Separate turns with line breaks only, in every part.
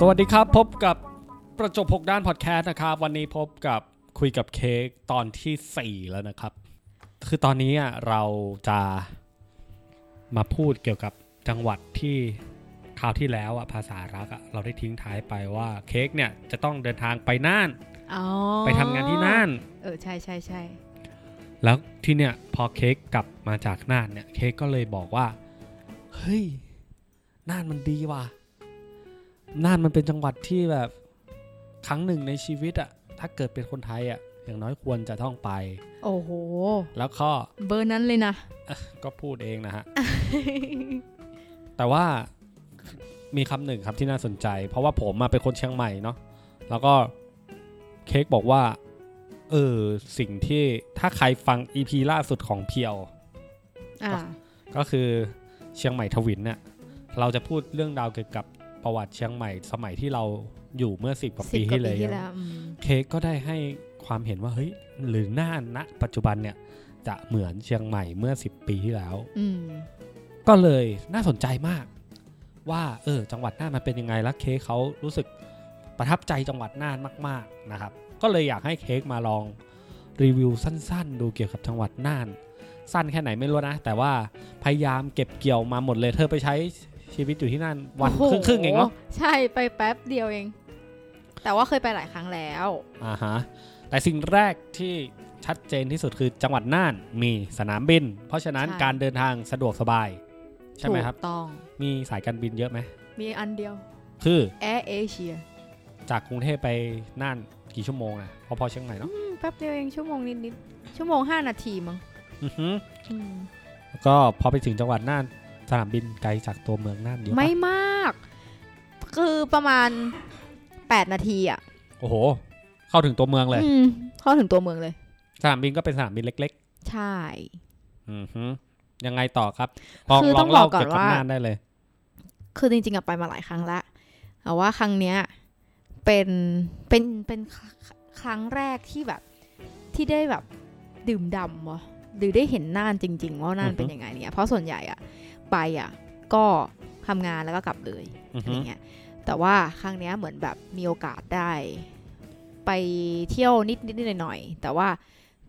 สวัสดีครับ พบกับประจบหกด้านพอดแคสต์นะครับ วันนี้พบกับคุยกับเค้กตอนที่ 4 แล้วนะครับ คือตอนนี้อ่ะเราจะมาพูดเกี่ยวกับจังหวัดที่คราวที่แล้วอ่ะภาษารักอ่ะเราได้ทิ้งท้ายไปว่าเค้กเนี่ยจะต้องเดินทางไปน่าน
อ๋อ
ไปทำงานที่น่าน
เออใช่ใช่ใช่
แล้วที่เนี่ยพอเค้กกลับมาจากน่านเนี่ยเค้กก็เลยบอกว่า เฮ้ยน่านมันดีว่ะน่านมันเป็นจังหวัดที่แบบครั้งหนึ่งในชีวิตอะถ้าเกิดเป็นคนไทยอะอย่างน้อยควรจะต้องไป
โอ้โห
แล้วก็
เบอร์นั้นเลยนะ
ก็พูดเองนะฮะ แต่ว่ามีคำหนึ่งครับที่น่าสนใจ เพราะว่าผมมาเป็นคนเชียงใหม่เนาะแล้วก็เค้กบอกว่าเออสิ่งที่ถ้าใครฟัง EP ล่าสุดของเพียว
อ่า
ก็คือเชียงใหม่ทวินเนี่ยเราจะพูดเรื่องราวเกี่ยวกับประวัติเชียงใหม่สมัยที่เราอยู่เมื่อสิบกว่า
สิบ
ปี
กว่า
ที่
ปี
แล้ว
ที่แล้วอืม
เค้กก็ได้ให้ความเห็นว่าเฮ้ยหรือหน้าณปัจจุบันเนี่ยจะเหมือนเชียงใหม่เมื่อ 10 ปีที่แล้ว
อืม
ก็เลยน่าสนใจมาก ว่าเออจังหวัดน่านมันเป็นยังไงแล้วเค้กเขารู้สึกประทับใจจังหวัดน่านมาก ๆนะครับ ก็เลยอยากให้เค้กมาลองรีวิวสั้น ๆ ดูเกี่ยวกับจังหวัดน่าน สั้นแค่ไหนไม่รู้นะ แต่ว่าพยายามเก็บเกี่ยวมาหมดเลย เธอไปใช้ชีวิตอยู่ที่น่านวัน
โอ้โห
ครึ่งๆเองเนาะ
ใช่ไปแป๊บเดียวเอง แต่ว่าเคยไปหลายครั้งแล้ว
อ่าฮะแต่สิ่งแรกที่ชัดเจนที่สุดคือจังหวัดน่านมีสนามบิน เพราะฉะนั้นการเดินทางสะดวกสบาย ใช่ไหมครับ
ถูกต้อง
มีสายการบินเยอะไหม
มีอันเดียว
คือ
แอร์เอเชีย
จากกรุงเทพไปน่านกี่ชั่วโมงอะพอพอๆเชียงใหม่เนาะ
แป๊บเดียวเองชั่วโมงนิดๆชั่วโมงห้านาทีมั้ง
อือหือ
อืม
แล้วก็พอไปถึงจังหวัดน่านสนามบินไกลจากตัวเมืองน่านเยอะปะ
ไม่มาก คือประมาณแปดนาทีอ่ะ
โอ้โห เข้าถึงตัวเมืองเลย
อืมเข้าถึงตัวเมืองเลย
สนามบินก็เป็นสนามบินเล็ก
ใช่
ๆ อือหือยังไงต่อครับลอง
คือ
ล
ต้
อ
อง ง
เล่า
บอกก่อน
เกี่ยวกับ
ว่า
น่านได้เลย
คือจริงๆอะไปมาหลายครั้งละแต่ว่าครั้งเนี้ยเป็นเป็นเป็นครั้งแรกที่แบบที่ได้แบบดื่มดำวะหรือได้เห็นน่านจริง ๆ ว่าน่าน
อือฮึ
เป็นยังไงเนี่ย เพราะส่วนใหญ่อะไปอะก็ทำงานแล้วก็กลับเลย
อือ
อะไร
หือ
เงี้ย แต่ว่าครั้งเนี้ยเหมือนแบบมีโอกาสได้ ไปเที่ยวนิดนิดๆหน่อยๆแต่ว่า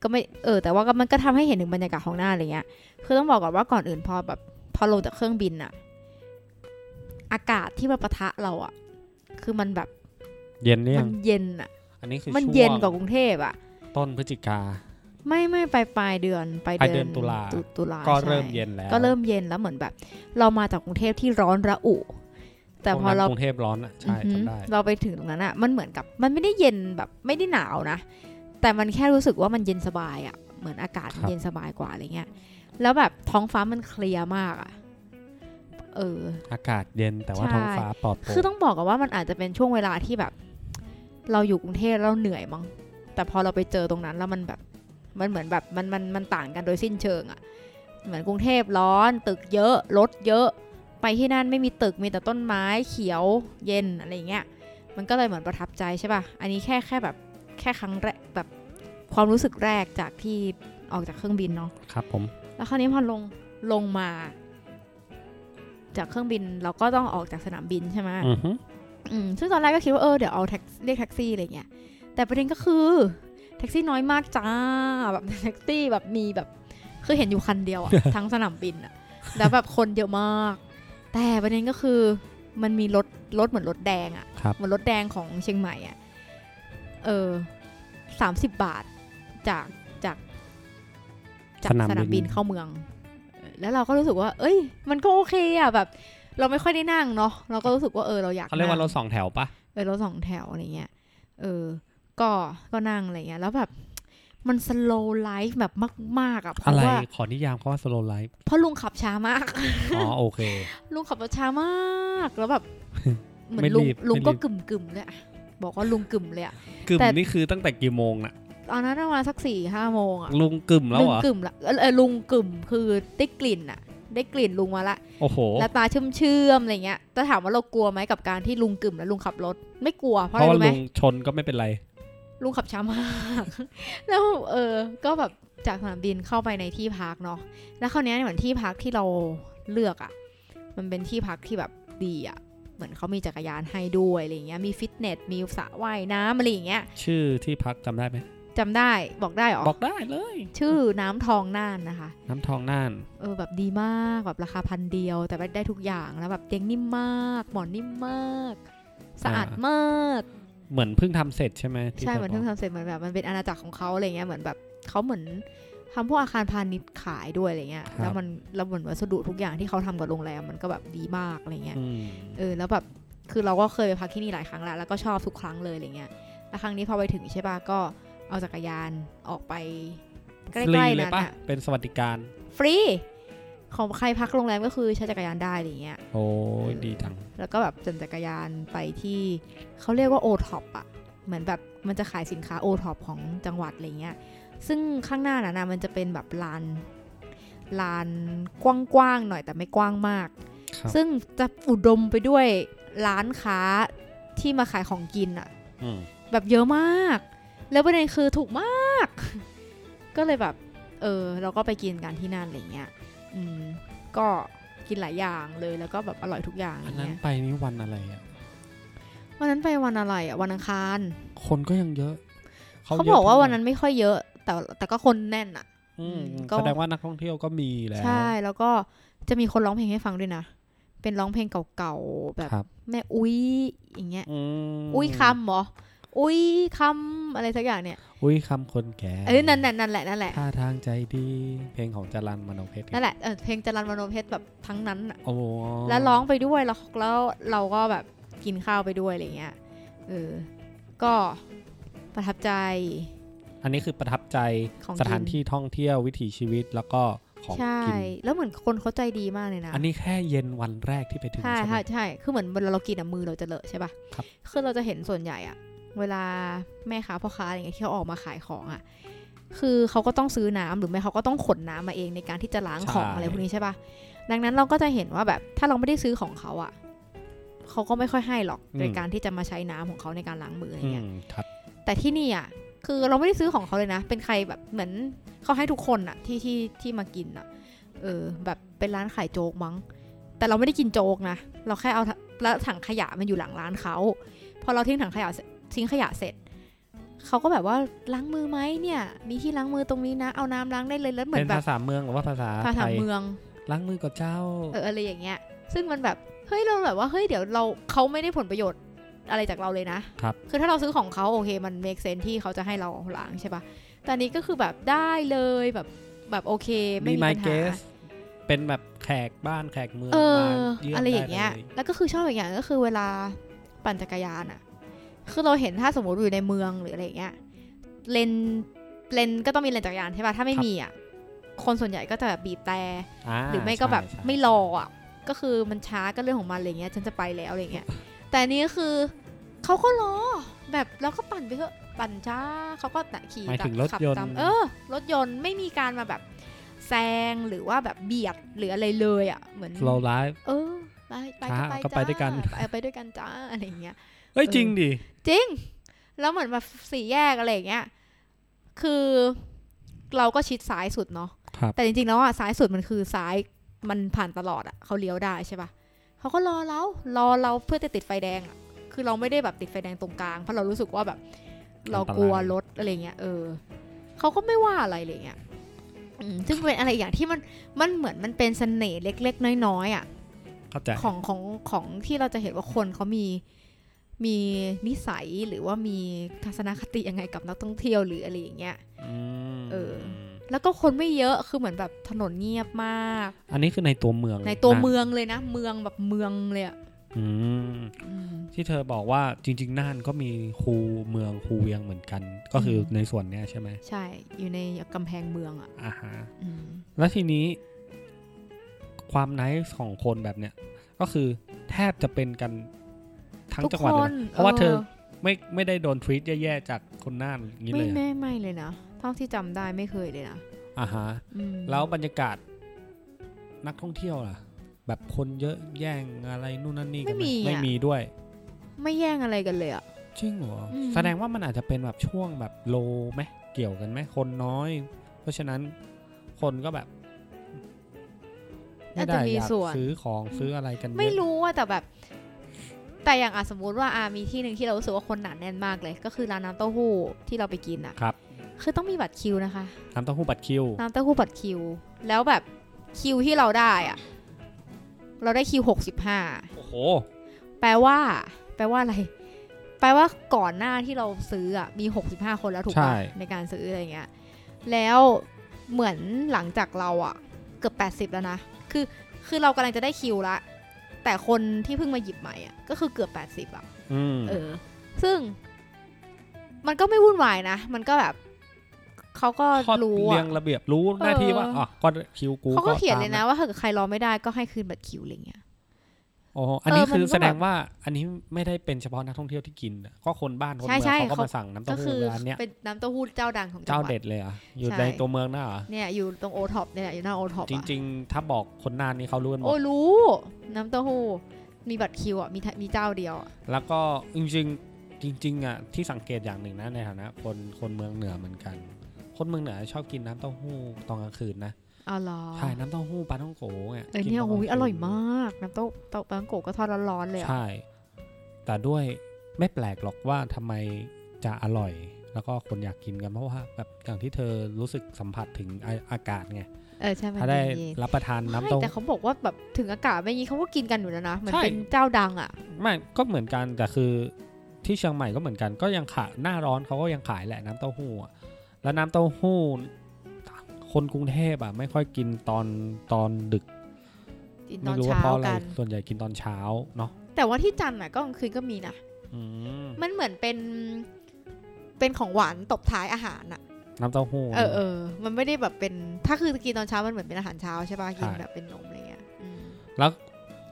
ก็ไม่เออแต่ว่าก็มันก็ทำให้เห็นถึงบรรยากาศของน่านอะไรเงี้ย คือต้องบอกก่อนว่าก่อนอื่นพอแบบพอลงจากเครื่องบินอะอากาศที่มาปะทะเราอะคือมันแบบ
เย็นหรือ
มั
ยั
น
ง
เย็นอะ
อันนี้คือ
มัน
ช่ว
เย็น
ง
กว่ากรุงเทพอะ
ต้นพฤศจิกา
ไม่ไม่ไปปลายเดือนไป
ปลายเดื
เดื
อนตุลา
ตุตุลา
ก็
ใช่
เริ่มเย็นแล้ว
ก็เริ่มเย็นแล้วเหมือนแบบ เรามาจากกรุงเทพที่ร้อนระอุ แต่พอเรา
ช่วงนั้นกรุงเทพร้อนอะใช่
อือหือ
จำได้
เราไปถึงตรงนั้นอะมันเหมือนกับมันไม่ได้เย็นแบบไม่ได้หนาวนะ แต่มันแค่รู้สึกว่ามันเย็นสบายอะเหมือนอากาศมันเย็นสบายกว่าอะไรเงี้ย แล้วแบบท้องฟ้ามันเคลียร์มากอะเออ
อากาศเย็นแต่ว่า
ใช่
ท้องฟ้าปลอดโปร่
คือง ต้องบอกกันว่ามันอาจจะเป็นช่วงเวลาที่แบบ เราอยู่กรุงเทพแล้วเราเหนื่อยมั้งแต่พอเราไปเจอตรงนั้นแล้วมันแบบ มันเหมือนแบบมันมันมันต่างกันโดยสิ้นเชิงอะเหมือนกรุงเทพร้อน ตึกเยอะรถเยอะ ไปที่นั่นไม่มีตึกมีแต่ต้นไม้เขียวเย็นอะไรอย่างเงี้ย มันก็เลยเหมือนประทับใจใช่ป่ะอันนี้แค่แค่แบบแค่ครั้งแรกแบบความรู้สึกแรกจากที่ออกจากเครื่องบินเนาะ
ครับผม
แล้วคราวนี้พอลงลงมา จากเครื่องบินเราก็ต้องออกจากสนามบินใช่ไหม
อือหือ
อืมซึ่งตอนแรกก็คิดว่าเออเดี๋ยวเอาแท็กเรียกแท็กซี่อะไรเงี้ย แต่ประเด็นก็คือแท็กซี่น้อยมากจ้าแบบ แท็กซี่แบบมีแบบคือเห็นอยู่คันเดียว อะ ทั้งสนามบินอะแล้วแบบคนเยอะมาก แต่ประเด็นก็คือมันมีรถรถเหมือนรถแดงอะ
ครับ
เหมือนรถแดงของเชียงใหม่อะเออสามสิบบาทจากจากจากสนามบินเข้าเมืองเออแล้วเราก็รู้สึกว่า เอ้ย มันก็โอเคอะแบบ เราไม่ค่อยได้นั่งเนาะเราก็รู้สึกว่าเออเราอยาก
เขาเรียกว่า
นั่ง
รถสองแถวปะ
เออรถสองแถวอะไรเงี้ย เออ ก็ ก็นั่งอะไรเงี้ย แล้วแบบ มันสโลไลฟ์แบบมาก ๆอ่ะเพ
อะ
ราะ
ไร
ว่า
ขอนิยามคำว่า slow life
เพราะลุงขับช้ามาก
อ๋อ โอเค
ลุงขับรถช้ามากแล้ว แบบเหมือน
ไม่
ลุง
รีบ
ลุงก็
ไม่รีบ
กึ่มกึ่มๆเลยอะบอกว่าลุงกึ่มเลยอะ
กึ่ม
แต่
นี่คือตั้งแต่กี่โมงน่ะ
ตอนนั้นประมาณสักสี่ห้าโมงอะ
ลุงกึ่มแล้ว
ลุง
เหรอ
กึ่มละเออเออลุงกึ่มคือได้กลิ่นอะได้กลิ่นลุงมาละ
โอ้โห
แล้วตาเชื่อมเชื่อมๆอะไรเงี้ยแต่ถามว่าเรากลัวไหมกับการที่ลุงกึ่มแล้วลุงขับรถ ไม่กลัวเพ
เพ
ราะอะไร
ราะว่า
รู้ไหม
ลุงชนก็ไม่เป็นไร
ลุงขับช้ามาก แล้วเออก็แบบจากสนามบินเข้าไปในที่พักเนาะแล้วคราวเนี้ยเหมือนที่พักที่เราเลือกอะ่ะมันเป็นที่พักที่แบบดีอะ่ะเหมือนเขามีจักรยานให้ด้วยอะไรเงี้ยมีฟิตเนสมีสระว่ายน้ำอะไรอย่างเงี้ย
ชื่อที่พักจำได้ไหม
จำได้บอกได้เหรอ
บอกได้เลย
ชื่อน้ำทองน่านนะคะ
น้ำทองน่าน
เออแบบดีมากแบบราคาพันเดียว แต่ว่าได้ทุกอย่างแล้วแบบเตียงนิ่มมาก หมอนนิ่มมาก สะอาดมาก
เหมือนเพิ่งทำเสร็จใช่ไหมที่
ใช่เหมือนเพิ่ง
ธบก
ทำเสร็จเหมือนแบบมันเป็นอาณาจักรของเขาอะไรเงี้ยเหมือนแบบเขาเหมือนทำพวกอาคารพาณิชย์ขายด้วยอะไรเงี้ยแล้วมันแล้วเหมือนวัสดุทุกอย่างที่เขาทำกับโรงแรมมันก็แบบดีมากอะไรเงี้ย
อืม
เออแล้วแบบคือเราก็เคยไปพักที่นี่หลายครั้งแล้วแล้วก็ชอบทุกครั้งเลยอะไรเงี้ยแล้วครั้งนี้พอไปถึงใช่ป่ะก็เอาจักรยานออกไปใก
ฟรี
ล้ๆ
เลย
นั้น
ปะ
อะ
เป็นสวัสดิการ
ฟรี ของใครพักโรงแรมก็คือใช้จักรยานได้อะไรเงี้ย
โอ้ยดีจัง
แล้วก็แบบปั่นจักรยานไปที่เขาเรียกว่าโอท็อปอะเหมือนแบบมันจะขายสินค้าโอท็อปของจังหวัดอะไรเงี้ย ซึ่งข้างหน้าน่ะนะมันจะเป็นแบบลานลานกว้างๆหน่อยแต่ไม่กว้างมาก
ครับ
ซึ่งจะอุดมไปด้วยร้านค้าที่มาขายของกินอะ
อืม
แบบเยอะมาก แล้วประเด็นคือถูกมาก ก็เลยแบบ เออเราก็ไปกินกันที่นั่นอะไรเงี้ยอืมก็กินหลายอย่างเลยแล้วก็แบบอร่อยทุกอย่างอะไร
อันนั้น
เงี้ย
ไปนี่วันอะไรอ่ะ
วันนั้นไปวันอะไรอ่ะวันอังคาร
คนก็ยังเยอะ
เขา
ยะ
บอกว่า
ทั้ง
วันนั้นไม่ค่อยเยอะ แต่แต่ก็คนแน่นอ่ะ
อืม
ก็
แสดงว่านักท่องเที่ยวก็มีแล้ว
ใช่แล้วก็จะมีคนร้องเพลงให้ฟังด้วยนะ เป็นร้องเพลงเก่าๆแบบ
ครับ
แม่อุ้ยอย่างเงี้ย
ม
อุ้ยคำเหรออุ้ยคำอะไรสักอย่างเนี่ย
อุ้ยคำคนแก่
เอ้ยนั่นแหละนั่นแหละนั่นแหละ
ท่าทางใจดี เพลงของจรันมโนเพชร
นั่นแหละเออเพลงจรันวรรณเพชรแบบทั้งนั้นน่ะ
โอ้
แล้วร้องไปด้วยแล้วแล้วเราก็แบบกินข้าวไปด้วยอะไรเงี้ยเออก็ประทับใจ
อันนี้คือประทับใจ
ของ
สถาน
กิ
ที่ท่องเที่ยววิถีชีวิตแล้วก็ของ
ใช่
กิน
แล้วเหมือนคนเขาใจดีมากเลยนะ
อันนี้แค่เย็นวันแรกที่ไปถึง
ใช่
ใช่ไหม
ใช่ใช่ คือเหมือนเวลาเรากินอะมือเราจะเลอะใช่ปะ
ครับ
คือเราจะเห็นส่วนใหญ่อะเวลาแม่ค้าพ่อค้าอะไรเงี้ยที่เขาออกมาขายของอะคือเขาก็ต้องซื้อน้ำหรือไม่เขาก็ต้องขนน้ำมาเองในการที่จะล้างของอะไรพวกนี้ใช่ปะดังนั้นเราก็จะเห็นว่าแบบถ้าเราไม่ได้ซื้อของเขาอะเขาก็ไม่ค่อยให้หรอกโดยการที่จะมาใช้น้ำของเขาในการล้างมืออะไร
อื
เงี้ย
มครับ
แต่ที่นี่อะคือเราไม่ได้ซื้อของเขาเลยนะ เป็นใครแบบเหมือนเขาให้ทุกคนอะที่ที่ที่มากินอะเออ แบบเป็นร้านขายโจ๊กมั้ง แต่เราไม่ได้กินโจ๊กนะ เราแค่เอาแล้วถังขยะมันอยู่หลังร้านเขา พอเราทิ้งถังขยะเสร็จทิ้งขยะเสร็จ เขาก็แบบว่าล้างมือไหมเนี่ย มีที่ล้างมือตรงนี้นะ เอาน้ำล้างได้เลย แล้วเหมือ
เป็น
นแบ
ภา
บ
ษาเมืองหรือว่าภาษา
ภาษา
ไทย
เมือง
ล้างมือกับเจ้า
เอออะไรอย่างเงี้ย ซึ่งมันแบบ เฮ้ยเราแบบว่า เฮ้ยเดี๋ยวเราเขาไม่ได้ผลประโยชน์อะไรจากเราเลยนะครับ คือถ้าเราซื้อของเขาโอเค มันเม e เซนที่เขาจะให้เราล้างใช่ปะแต่อันนี้ก็คือแบบได้เลยแบบแบบโอเค ไม่
มี
มี
ไม
ปัญ
เก
หา
สเป็นแบบแขกบ้านแขกเมือง
เอ
มา
อ
เยี่ม
อะไรอย่างเงี้ย
ได้ล
แล้วก็คือชอบอีกอย่างก็คือเวลาปั่นจักรยานอะคือเราเห็นถ้าสมมติอยู่ในเมืองหรืออะไรอย่างเงี้ยเลนเลนก็ต้องมีเลนจักรยานใช่ปะถ้าไม่มีอะคนส่วนใหญ่ก็จะแบบบีบแต่
า
หรือไม่ก็แบบ
ใช่ใช่
ไม่รออ่ะ ก็คือมันช้าก็เรื่องของมันอะไรเงี้ยฉันจะไปแล้วอะไรเงี้ย แต่อันนี้ก็คือเขาก็รอแบบแล้วก็ปั่นไปเถอะปั่นช้าเขาก็น่ะขี่
หมายถึงรถ
ขับ
ยนต์
ตามเออรถยนต์ไม่มีการมาแบบแซงหรือว่าแบบเบียดหรืออะไรเลยอ่ะเหมือน
slow life
เออไปไป
ช้าก็
ก็
ไป
ไป
ด้วยกัน
จ้าไปไปด้วยกันจ้าอะไรเงี้ย
เฮ้ย
เออ
จริงดิ
จริง แล้วเหมือนแบบสี่แยกอะไรอย่างเงี้ยคือเราก็ชิดซ้ายสุดเนาะ
ครับ
แต่จริงๆ แล้วอ่ะซ้ายสุดมันคือซ้ายมันผ่านตลอดอ่ะเขาเลี้ยวได้ใช่ปะเขาก็รอเรารอเราเพื่อจะติดไฟแดงอ่ะคือเราไม่ได้แบบติดไฟแดงตรงกลางเพราะเรารู้สึกว่าแบบ เรากลัว
อันตราย
รถอะไรเงี้ยเออเขาก็ไม่ว่าอะไรเลยเงี้ยอืมซึ่งเป็นอะไรอีกอย่างที่มันมันเหมือนมันเป็นเสน่ห์เล็ก ๆ น้อยๆอ่ะ
เข้าใจ
ของของของที่เราจะเห็นว่าคนเขามีมีนิสัยหรือว่ามีทัศนคติยังไงกับนักท่องเที่ยวหรืออะไรอย่างเงี้ย
อืม
เออ แล้วก็คนไม่เยอะคือเหมือนแบบถนนเงียบมาก
อันนี้คือในตัวเมือง
ในตัว
ะ
เมืองเลยนะ เมืองแบบเมืองเลยอะ
อืม
อืม
ที่เธอบอกว่าจริง ๆ น่านก็มีคูเมืองคูเวียงเหมือนกัน ก็คือ
ม
ในส่วนเนี้ยใช่ไหม
ใช่ อยู่ในกำแพงเมืองอ่ะ
อ่าฮะ
อืม
แล้วทีนี้ความไนท์ของคนแบบเนี้ยก็คือแทบจะเป็นกันทั้ง
ทุก
จังห
ค
วัดเลย
น
นะเพราะว่าเธอไม่ไม่ได้โดนทรีตแย่ๆจากคนน่านอย่างนี้
ไม่
เลยอะ
ไม่ไม่เลยนะเท่าที่จำได้ไม่เคยเลยนะ
อ่าฮะ
อืม
แล้วบรรยากาศนักท่องเที่ยวล่ะ แบบคนเยอะแย่งอะไรนู่นนั่นนี่กันหไม่มีด้วย
ไม่แย่งอะไรกันเลยอ่ะ
จริงเหรออ
ม
แสดงว่ามันอาจจะเป็นแบบช่วงแบบโลไหมเกี่ยวกันไหมคนน้อย เพราะฉะนั้นคนก็แบบไม่
น่าจะ
ได้
มี
อยาก
ส่วน
ซื้อของซื้ออะไรกันเย
ไม่
อะ
รู้ว่าแต่แบบ แต่อย่างอ่ะสมมุติว่าอ่ะมีที่หนึ่งที่เรารู้สึกว่าคนหนาแน่นมากเลย ก็คือร้านน้ำเต้าหู้ที่เราไปกินอ่ะ
ครับ
คือต้องมีบัตรคิวนะคะ
น้ำเต้าหู้บัตรคิว
น้ำเต้าหู้บัตรคิว แล้วแบบคิวที่เราได้อ่ะ เราได้คิวหกสิบห้า
โอ้โห
แปลว่า แปลว่าอะไร แปลว่าก่อนหน้าที่เราซื้ออ่ะมีหกสิบห้าคนแล้วถูก
ใช่
ป่ะในการซื้ออะไรเงี้ย แล้วเหมือนหลังจากเราอ่ะ เกือบแปดสิบแล้วนะ คือคือเรากำลังจะได้คิวละ แต่คนที่เพิ่งมาหยิบใหม่อ่ะก็คือเกือบแปดสิบอ่ะ
อืม
เออ ซึ่งมันก็ไม่วุ่นวายนะ มันก็แบบเขาก็
ข้อ
รู้
เรีย
อะ
งระเบียบรู้หน้าที่ว่า
เอออ๋
อ๋อก็คิวกู
เขาก็เขียนเลยนะ
ตาม
ว่าถ้าเกิดใครรอไม่ได้ก็ให้คืนบัตรคิวอะไรเงี้ย
อ๋ออันนี้
เออมัน
คือ
ก็
แสดงว่า อันนี้ไม่ได้เป็นเฉพาะนักท่องเที่ยวที่กินนะก็คนบ้านคน
ใช่
เมือง
ใช่
เขาก็
เขา
มาสั่งน้ำเต้า
ก็
หู้
คือ
ร้านเนี้ย
เป็นน้ำเต้าหู้เจ้าดังของจัง
เจ้า
หวัด
เด็ดเลยเหรอ่ะอยู่
ใช่
ในตัวเมืองน่ะเหรอ
เนี่ยอยู่ตรงโอท็อปเนี่ยอยู่หน้าโอท็อป
จ
อ่ะ
ริง ๆ ถ้าบอกคนน่านนี่เขารู้กันหม
โอ้
ด
รู้ น้ำเต้าหู้มีบัตรคิวอ่ะมีทะมีเจ้าเดียวอะ
แล้วก็จริงๆจริงๆอ่ะที่สังเกตอย่างหนึ่งนะในฐานะคนคนเมืองเหนือเหมือนกัน คนเมืองเหนือชอบกินน้ำเต้าหู้ตอนกลางคืนนะ
อ๋อเหรอ
ใช่น้ำเต้าหู้ปลาท่องโกะเนี่ย
เออ
กิ
เนี่ย
ตกลาง
โอ้ย
คืน
อร่อยมากน้ำเต้าเต้าปังโกะก็ทอดร้อนๆเลยอ่ะ
ใช่ แต่ด้วยไม่แปลกหรอกว่าทำไมจะอร่อย แล้วก็คนอยากกินกันเพราะว่าแบบอย่างที่เธอรู้สึกสัมผัสถึงอาอากาศไง
เออใช่มัน
ถ้าได้
เย็น
รับประทาน
ๆ
น้ำ
ไม่
เต้า
แต่เขาบอกว่าแบบถึงอากาศไม่งี้เขาก็กินกันอยู่แล้วนะเหมือน
ใช่
เป็นเจ้าดังอ่ะ
ไม่ก็เหมือนกันแต่คือที่เชียงใหม่ก็เหมือนกัน ก็ยังขายหน้าร้อนเขาก็ยังขายแหละน้ำเต้าหู้อะแล้วน้ำเต้าหู้ คนกรุงเทพอ่ะไม่ค่อยกินตอนตอนดึก
กินต
ไม่
อน
รู้ว่า
เช้า
เพราะอะไร
กัน
ส่วนใหญ่กินตอนเช้าเนาะ
แต่ว่าที่จันทร์น่ะก็กลางคืนก็มีนะ
อืม
มันเหมือนเป็นเป็นของหวานตบท้ายอาหารอะ
น้ำเต้าหู้
เออเออมันไม่ได้แบบเป็น ถ้าคือกินตอนเช้ามันเหมือนเป็นอาหารเช้าใช่ป่ะกิน
ใช่
แบบเป็นนมอะไรเงี้ยอืม
แล้ว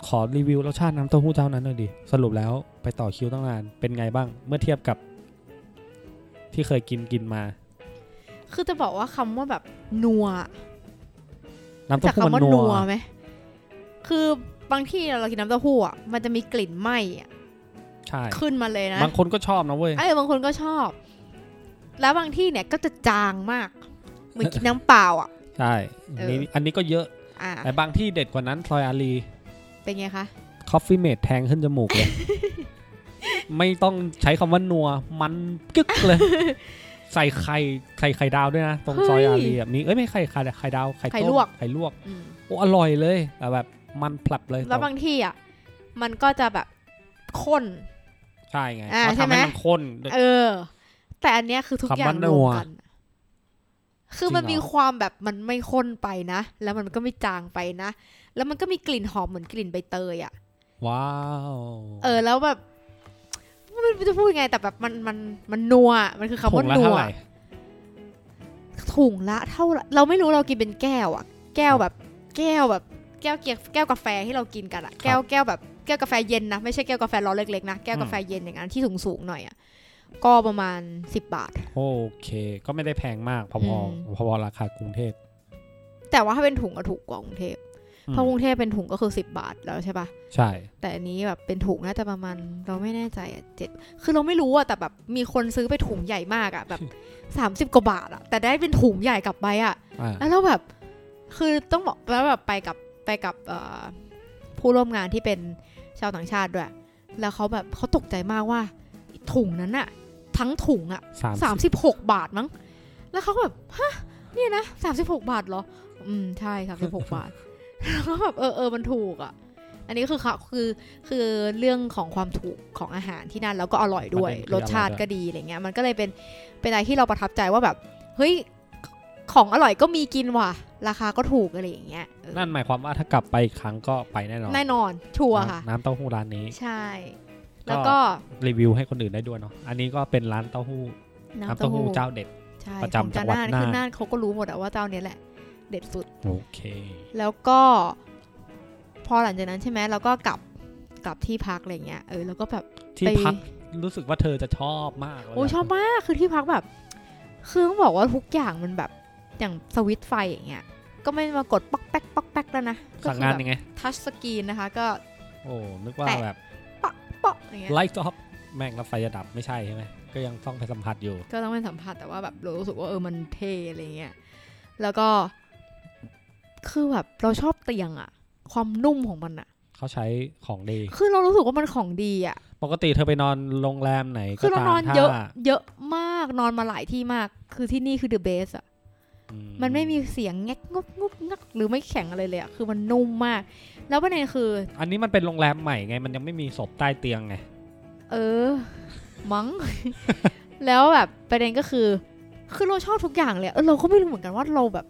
ขอรีวิวรสชาติน้ำเต้าหู้เจ้านั้นหน่อยดิ สรุปแล้วไปต่อคิวตั้งนาน เป็นไงบ้าง เมื่อเทียบกับ ที่เคยกินกินมา
คือจะบอกว่าคำว่าแบบนัว
น้ำเต้า
จาก
หู้
คำ
มันั
ว่านนั
ว
วไหมคือบางที่เรากินน้ำเต้าหู้อะมันจะมีกลิ่นไหม้อะ
ใช่
ขึ้นมาเลยนะ
บางคนก็ชอบนะเว้ย
ไอ้ยบางคนก็ชอบ แล้วบางที่เนี่ยก็จะจางมาก เหมือนกินน้ำเปล่าอะ
ใช่
เออ
น
อั
นี้อันนี้ก็เยอะ
อ่ะ
แต่บางที่เด็ดกว่านั้น พลอยอารี
เป็นไงคะ
คอฟฟี่เมดแทงขึ้นจมูก เลย ไม่ต้องใช้คำว่านัว มันกึกเลย ใส่ไข่ใส่ไข่ดาวด้วยนะ ตรงซอยอารีแบบนี้เอ้ยไม่ไข่ไข่ไข่ดาวไข่ต้มไข่ลวก
อืม
โอ้อร่อยเลยแต่แบบมันพลับเลย
แล้วบางที่อ่ะมันก็จะแบบข้น
ใช่ไง
อ่า
เขาทำ
ใช่ไหม
ให้มันข้น
เออ แต่อันเนี้ยคือทุก
คำว่า
อย่าง
นั
ร
ว
วมกัน คือมัน
จริงเหรอ
มีความแบบมันไม่ข้นไปนะ แล้วมันก็ไม่จางไปนะ แล้วมันก็มีกลิ่นหอมเหมือนกลิ่นใบเตยอ่ะ
ว้าว
เออ แล้วแบบไม่รู้จะพูดยังไง แต่แบบมันมันมันนัว มันคือคำว่า
ละ
นั
เท่าว ไหร่
ถุงละเท่าไหร่เราไม่รู้เรากินเป็นแก้วอ่ะ แก้วแบบ แก้วแบบ แก้วเกียร์แก้วกาแฟที่เรากินกันอะแก้วแก้วแบบแก้วกาแฟเย็นนะไม่ใช่แก้วกาแฟร้อนเล็กๆนะแก้วกาแฟเย็นอย่างนั้นที่สูงสูงๆหน่อยอะก็ประมาณสิบบาท
โอเค ก็ไม่ได้แพงมากพอ
อืม
ๆพอๆราคากรุงเทพ
แต่ว่าถ้าเป็นถุงก็ถูกกว่ากรุงเทพ
อืม
เพราะกรุงเทพเป็นถุงก็คือสิบบาทแล้วใช่ปะ
ใช่
แต่อันนี้แบบเป็นถุงน่าจะประมาณเราไม่แน่ใจอะเจ็ดคือเราไม่รู้อะแต่แบบมีคนซื้อไปถุงใหญ่มากอะแบบสามสิบกว่าบาทอะแต่ได้เป็นถุงใหญ่กลับไปอะ
อ่า
แล้วเราแบบ คือต้องบอกแล้วแบบไปกับไปกับเอ่อผู้ร่วมงานที่เป็นชาวต่างชาติด้วย แล้วเขาแบบเขาตกใจมากว่าถุงนั้นอะทั้งถุงอะ
สาม
สามสิบหกบาทมั้ง แล้วเขาก็แบบฮะเนี่ยนะสามสิบหกบาทเหรอ อืมใช่สามสิบหก บาท แล้วก็แบบเออเออมันถูกอะอันนี้คือค่ะคือคือเรื่องของความถูกของอาหารที่นั่นแล้วก็อร่อยด้วย รสชาติก็ดีอะไรเงี้ย มันก็เลยเป็นเป็นอะไรที่เราประทับใจว่าแบบ เฮ้ย ของอร่อยก็มีกินว่ะ ราคาก็ถูกอะไรอย่างเงี้ยเออ
นั่นหมายความว่าถ้ากลับไปอีกครั้งก็ไปแน่นอน
แน่นอนชัวร์ค่ะ
น้ำน้ำเต้าหู้ร้านนี้
ใช่
ก็
แล้วก็
รีวิวให้คนอื่นได้ด้วยเนาะอันนี้ก็เป็นร้านเต้าหู้น้ำเต้าหู้เจ้าเด็ด
ใช่
ประจำ
ของ
จังหวัด
น่านคือ
น่าน
น่านเขาก็รู้หมดอะว่าเจ้าเนี้ยแหละ เด็ดสุด
โอเค
แล้วก็ พอหลังจากนั้นใช่ไหมเราก็กลับกลับที่พักอะไรเงี้ยเออแล้วก็แบบ
ที่
ไป
พักรู้สึกว่าเธอจะชอบมากเลย
โอ้ย
นะ
ชอบมากคือที่พักแบบ คือต้องบอกว่าทุกอย่างมันแบบอย่างสวิตช์ไฟอย่างเงี้ยก็ไม่มากดป๊อกแป๊กป๊อกแป๊กแล้วนะก็
สั่ง
คื
งาน
แบบ
ยังไง
ทัชสกรีนนะคะ ก็
โอ้นึกว่า
แตะ
แบบ
เปาะอย่างเงี้ย
ไลท์ท็อ ปแม่งแล้วไฟจะดับไม่ใช่ใช่ไหมก็ยังต้องไปสัมผัสอยู่
ก็ต้องเป็นสัมผัสแต่ว่าแบบเรารู้สึกว่าเออมันเท่อะไรเงี้ยแล้วก็คือแบบเราชอบเตียงอะความนุ่มของมันอะ
เขาใช้ของดี
คือเรารู้สึกว่ามันของดีอะ
ปกติเธอไปนอนโรงแรมไหน
คื
ก็
อเรา
ตาม
นอน
ถ้า
เยอะเยอะมากนอนมาหลายที่มาก คือที่นี่คือเดอะเบสอะ
อื
มันไม่มีเสียงแงกงุบงุบงักหรือไม่แข็งอะไรเลยอะคือมันนุ่มมาก แล้วประเด็นคือ
อันนี้มันเป็นโรงแรมใหม่ไง มันยังไม่มีศพใต้เตียงไง
เออ มัง้ง แล้วแบบประเด็นก็คือ คือเราชอบทุกอย่างเลยอะเออเราก็ไม่รู้เหมือนกันว่าเราแบบ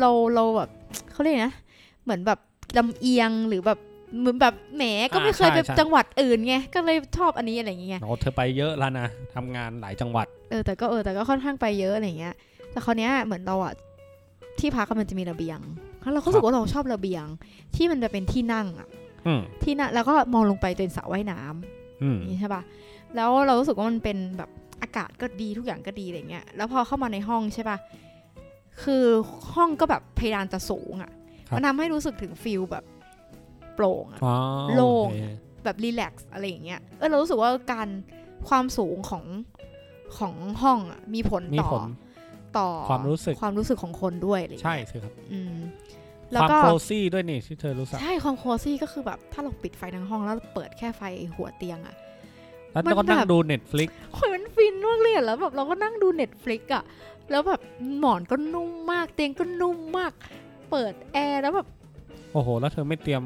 เราเราแบบ เขาเรียกนะ เหมือนแบบลำเอียงหรือแบบเหมือนแบบแหมก็ไม่เคย
อ่า
ไป
ใช่ใช่
จังหวัดอื่นไงก็เลยชอบอันนี้อะไรอย่างเงี้ย
เราเธอไปเยอะแล้วนะทำงานหลายจังหวัด
เออแต่ก็เออแต่ก็ค่อนข้างไปเยอะอะไรเงี้ย แต่คราวเนี้ยเหมือนเราอะที่พักอะมันจะมีระเบียงแล้วเราก็รู้สึกว่าเราชอบระเบียง ที่มันจะเป็นที่นั่งอะ
อืม
ที่นั่งแล้วก็มองลงไปเป็นสระว่ายน้ำ
อืม
นี่ใช่ปะแล้วเรารู้สึกว่ามันเป็นแบบอากาศก็ดีทุกอย่างก็ดีอะไรเงี้ยแล้วพอเข้ามาในห้องใช่ปะคือห้องก็แบบเพดานจะสูงอะมันทำให้รู้สึกถึงฟิลแบบโปร่งอะ
อ๋อ
โล่ง
อเค
แบบรีแลกซ์อะไรอย่างเงี้ย เออเรารู้สึกว่าการความสูงของของห้องอะมีผล
มี
ต่อ
ผล
ต่อ
ความรู้สึก
ความรู้สึกของคนด้วยอะไรอย่าง
ใช่
เงี้ย
สิครับ
อืม
ค
แล้ว
วาม
ก็
โคลซี่ด้วยนี่ที่เธอรู้สึก
ใช่ความโคซี่ก็คือแบบ ถ้าเราปิดไฟทั้งห้องแล้วเปิดแค่ไฟหัวเตียงอะ
แล้ว
มัน
ก็นั่ง
แบบ
ดูเน็ตฟลิก
โอ้ยมันฟินมากเลยอะแล้วแบบเราก็นั่งดู Netflix อะแล้วแบบหมอนก็นุ่มมาก เตียงก็นุ่มมาก เปิดแอร์แล้วแบบ
โอ้โห แล้วเธอไม่เตรียม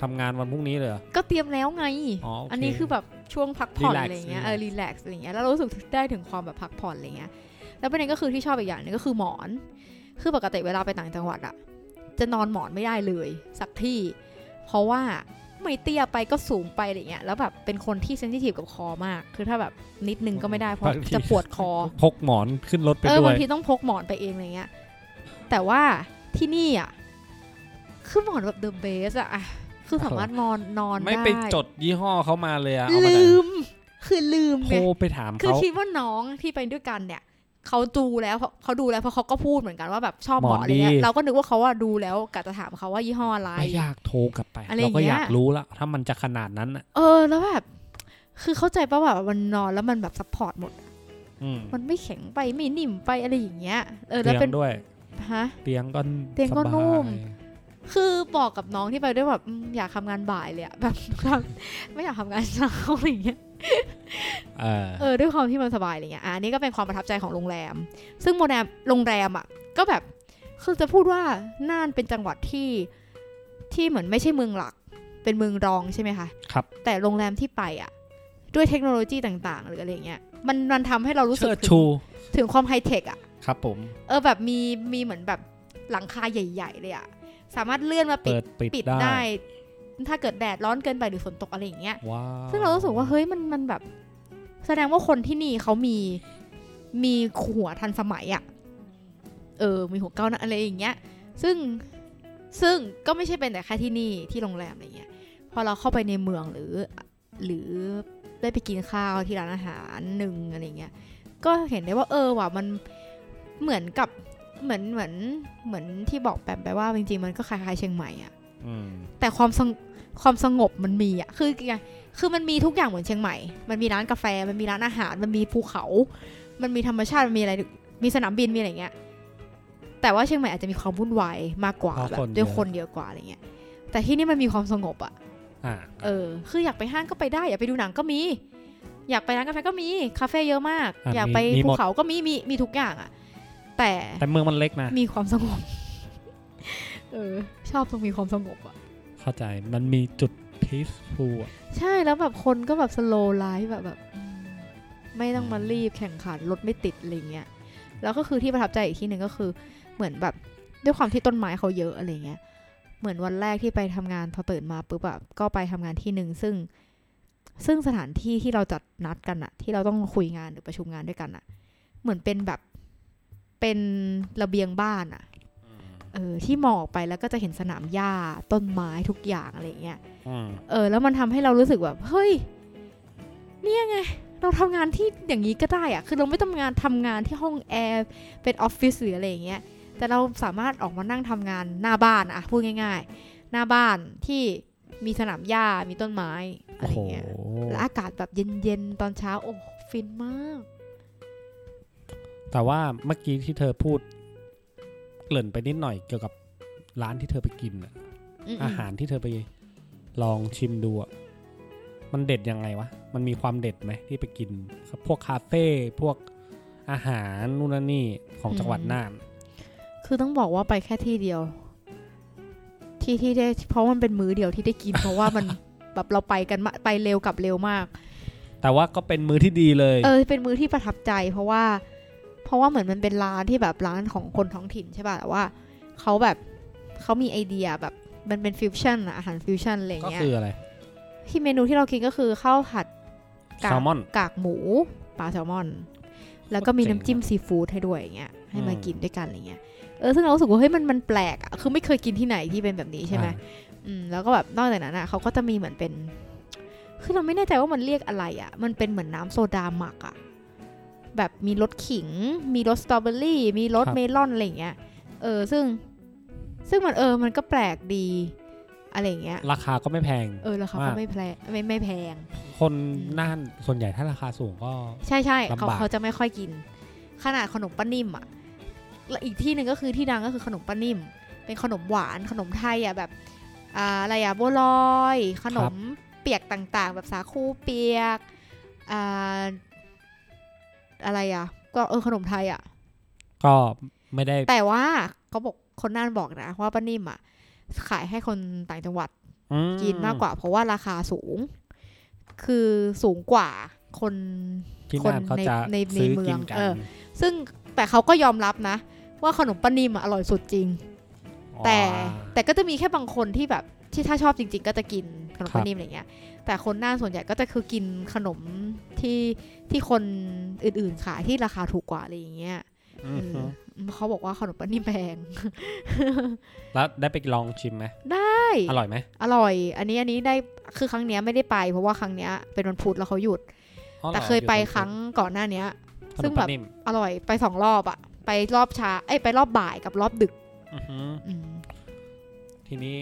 ทำงานวันพรุ่งนี้เลยเหรอ
ก็เตรียมแล้วไง
อ๋อโเ
อันนี้คือแบบช่วงพักผ่อน
Relax
อะไรอย่างเงี้ย
relax
เออรีแลกซ์อะไรอย่างเงี้ยแล้วเรารู้สึกได้ถึงความแบบพักผ่อนอะไรเงี้ย แล้วประเด็นก็คือที่ชอบอีกอย่างหนึงก็คือหมอน คือปกติเวลาไปต่างจังหวัดอะจะนอนหมอนไม่ได้เลย สักที่ เพราะว่าไม่เตี้ยไปก็สูงไปอะไรเงี้ยแล้วแบบเป็นคนที่เซนซิทีฟกับคอมาก คือถ้าแบบนิดนึงก็ไม่ได้เพราะ
บางที
จะปวดคอ
พกหมอนขึ้นรถ ไป
เออ
ด้ว
บาง
ย
ทีต้องพกหมอนไปเองอะไรเงี้ย แต่ว่าที่นี่อะคือหมอนแบบเดอะเบสอะอะคือสามารถนอนนอน
ไม่
ได้
ไปจดยี่ห้อเขามาเลยอะเอามา
ลื
จาก
ม คือลืม
โท
ไง
รไปถาม
คือ
เขา
คิดว่าน้องที่ไปด้วยกันเนี่ยเขาดูแล้วเพราะเขาดูแล้วเพราะเขาก็พูดเหมือนกันว่าแบบชอบหมอ
หมอน
อะไรเงี้
ดี
ยเราก็นึกว่าเขาว่าดูแล้วกะจะถามเขาว่ายี่ห้ออะไร
ไม่อยากโทรกลับไป
อะไรอ
เรา
ย่าง
ก็
เงี้ย
อยากรู้ละถ้ามันจะขนาดนั้นอ่ะ
เออแล้วแบบคือเข้าใจป่ะว่ามันนอนแล้วมันแบบซัพพอร์ตหมด
อืม
มันไม่แข็งไปไม่นิ่มไปอะไรอย่างเงี้ยเออแล้
เตี
วย เป็น
งด้วย
ฮะ
เตียงก็
เตียงก็
สบา
นุ่ม คือบอกกับน้องที่ไปด้วยแบบอืมอยากทำงานบ่ายเลยอะแบบ ไม่อยากทำงานเช้าอะไรอย่างเงี้ย
เออ
เออด้วยความที่มันสบายอะไรเงี้ยอ่ะอันนี้ก็เป็นความประทับใจของโรงแรม ซึ่งโรงแรมโรงแรมอ่ะก็แบบคือจะพูดว่าน่านเป็นจังหวัดที่ที่เหมือนไม่ใช่เมืองหลัก เป็นเมืองรองใช่ไหมคะ
ครับ
แต่โรงแรมที่ไปอ่ะด้วยเทคโนโลยีต่างๆ หรืออะไรเงี้ยมันมันทำให้เรารู้สึ
เชิด
กถึง
ชู
ถึงความไฮเทคอ่ะ
ครับผม
เออแบบมีมีเหมือนแบบหลังคาใหญ่ ๆ เลยอ่ะสามารถเลื่อนมาปิ
เปิ
ด
ดปิด
ปิด
ได้
ได้ ถ้าเกิดแดดร้อนเกินไปหรือฝนตกอะไรอย่างเงี้ย
ว้าว
ซึ่งเรารู้สึกว่าเฮ้ยมันมันแบบ แสดงว่าคนที่นี่เขามีมีหัวทันสมัยอะ่ะเออ มีหัวเก้าวหนะอะไรอย่างเงี้ย ซึ่งซึ่งก็ไม่ใช่เป็นแต่แค่ที่นี่ที่โรงแรมอะไรเงี้ยพอเราเข้าไปในเมืองหรือ หรือได้ไปกินข้าวที่ร้านอาหารหนึ่งอะไรเงี้ยก็เห็นได้ว่าเออว่ะมันเหมือนกับเหมือนเหมือนเหมือนที่บอกแบบไปว่าจริงๆมันก็คล้ายๆเชียงใหม่อ่ะ
อืม
แต่ความสงความสงบมันมีอ่ะ คือไงคือมันมีทุกอย่างเหมือนเชียงใหม่ มันมีร้านกาแฟ มันมีร้านอาหาร มันมีภูเขา มันมีธรรมชาติ มันมีอะไร มีสนามบิน มีอะไรอย่างเงี้ย แต่ว่าเชียงใหม่อาจจะมีความวุ่นวายมากกว่าแบบด้วยคนเยอะกว่าอะไรเงี้ย แต่ที่นี่มันมีความสงบอ่ะ
อ่า
เออ คืออยากไปห้างก็ไปได้ อยากไปดูหนังก็มี อยากไปร้านกาแฟก็มี คาเฟ่เยอะมาก อยากไปภูเขาก็มี มี มีทุกอย่างอ่ะ แต่
แต่เมืองมันเล็กนะ
มีความสงบ เออ ชอบตรงมีความสงบอ่ะ
เข้าใจมันมีจุด peaceful อะ
ใช่แล้วแบบคนก็แบบสโลไลฟ์แบบแบบอืมไม่ต้องมา
อืม
รีบแข่งขันรถไม่ติดอะไรเงี้ยแล้วก็คือที่ประทับใจอีกที่หนึ่งก็คือเหมือนแบบ ด้วยความที่ต้นไม้เขาเยอะอะไรเงี้ย เหมือนวันแรกที่ไปทำงานพอตื่นมาปุ๊บแบบก็ไปทำงานที่หนึ่งซึ่ง ซึ่งสถานที่ที่เราจัดนัดกันอะที่เราต้องคุยงานหรือประชุมงานด้วยกันอะเหมือนเป็นแบบเป็นระเบียงบ้านอะเออที่มองออกไปแล้วก็จะเห็นสนามหญ้าต้นไม้ทุกอย่างอะไรเงี้ย
อืม
เออแล้วมันทำให้เรารู้สึกแบบเฮ้ยเนี่ยไง เราทำงานที่อย่างนี้ก็ได้อะคือเราไม่ต้องงานทำงานที่ห้องแอร์เป็นออฟฟิศหรืออะไรอย่างเงี้ยแต่เราสามารถออกมานั่งทำงานหน้าบ้านอะพูดง่าย ๆ หน้าบ้านที่มีสนามหญ้ามีต้นไม้อะ
โอ้
ไร
โห
เงี้ยและอากาศแบบเย็นๆตอนเช้าโอ้ฟินมาก
แต่ว่าเมื่อกี้ที่เธอพูด เกริ่นไปนิดหน่อยเกี่ยวกับร้านที่เธอไปกินอะ
อืมๆ
อาหารที่เธอไปลองชิมดูอะมันเด็ดยังไงวะ มันมีความเด็ดไหมที่ไปกินครับพวกคาเฟ่พวกอาหารนู่นนนนี่ของจังหวัดน่าน
คือต้องบอกว่าไปแค่ที่เดียว ที่ที่ได้เพราะมันเป็นมื้อเดียวที่ได้กิน เพราะว่ามันแบบเราไปกันมาไปเร็วกลับเร็วมาก
แต่ว่าก็เป็นมือที่ดีเลย
เออเป็นมื้อที่ประทับใจเพราะว่า เพราะว่าเหมือนมันเป็นร้านที่แบบร้านของคนท้องถิ่นใช่ป่ะแต่ว่าเขาแบบเขามีไอเดียแบบมันเป็นฟิวชั่นอะอาหารฟิวชั่นอะไรอย่าง
ก็
เงี้ย
คืออะไร
ที่เมนูที่เรากินก็คือข้าวผัดกา
แซ
ก
ลมอน
กากหมูปลาแซลมอน แล้วก็มี
เจ๋ง
น้ำจิ้มซีฟู้ดให้ด้วยอย่างเงี้ยให้มา
อืม
กินด้วยกันอะไรเงี้ยเออซึ่งเรารู้สึกว่าเฮ้ยมันมันแปลกอะคือไม่เคยกินที่ไหนที่เป็นแบบนี้ใช่ไหม
อ่า
อืมแล้วก็แบบนอกจากนั้นอ่ะเขาก็จะมีเหมือนเป็น คือเราไม่แน่ใจว่ามันเรียกอะไรอ่ะ มันเป็นเหมือนน้ำโซดาหมักอ่ะ แบบมีรสขิง มีรสสตรอเบอรี่ มีรส
ครับ
เมลอนอะไรอย่างเงี้ย เออ ซึ่ง ซึ่งมันเออ มันก็แปลกดีอะไรอย่างเงี้ย
ราคาก็ไม่แพง
เออ แล้วเขาก็
มาก
ไม่แพงไม่ไม่แพง
คน
อืม
น่านส่วนใหญ่ถ้าราคาสูงก็
ใช่ใช่เขา
ลำบาก
เขาจะไม่ค่อยกิน ขนาดขนมป้านิ่มอ่ะและอีกที่หนึ่งก็คือที่ดังก็คือขนมป้านิ่ม เป็นขนมหวานขนมไทยอ่ะแบบอ่าอะไรอ่ะบัวลอย ขนมเปียกต่างๆ แบบสาคูเปียกอ่าอะไรอ่ะ ก็เออขนมไทยอ่ะ
ก็ไม่ได้
แต่ว่าเขาบอกคนน่านบอกนะว่าป้านิ่มอ่ะขายให้คนต่างจังหวัด
อื
กินมากกว่า เพราะว่าราคาสูง คือสูงกว่าคน
ที่
คน
น่านเขาจะ
ในใน
ซื้อ
เมือง
กินกัน
เออ ซึ่งแต่เขาก็ยอมรับนะ ว่าขนมป้านิ่มอะอร่อยสุดจริง แต่แต่ก็จะมีแค่บางคนที่แบบที่ถ้าชอบจริง ๆ ก็จะกินขนมป้านิ่มอะไรเงี้ย แต่คนหน้าส่วนใหญ่ก็จะคือกินขนมที่ที่คนอื่นๆขายที่ราคาถูกกว่าอะไรอย่างเงี้ย
อืมฮึ
เออเขาบอกว่าขนมป้านิ่มแพง
แล้วได้ไปลองชิมไหม
ได้
อร่อยไหม
อร่อย อันนี้อันนี้ได้คือครั้งเนี้ยไม่ได้ไป เพราะว่าครั้งเนี้ยเป็นวันพุธแล้วเขาหยุด
อ๋อหรอ
แต่เคยไป
อ
ครั้งก่อนหน้าเนี้ย
ขนม
ซึ่งแบบ
ปันิ่ม
อร่อยไปสองรอบอะไปรอบเช้าเอ้ยไปรอบบ่ายกับรอบดึก
อือฮึ
อืม
ทีนี้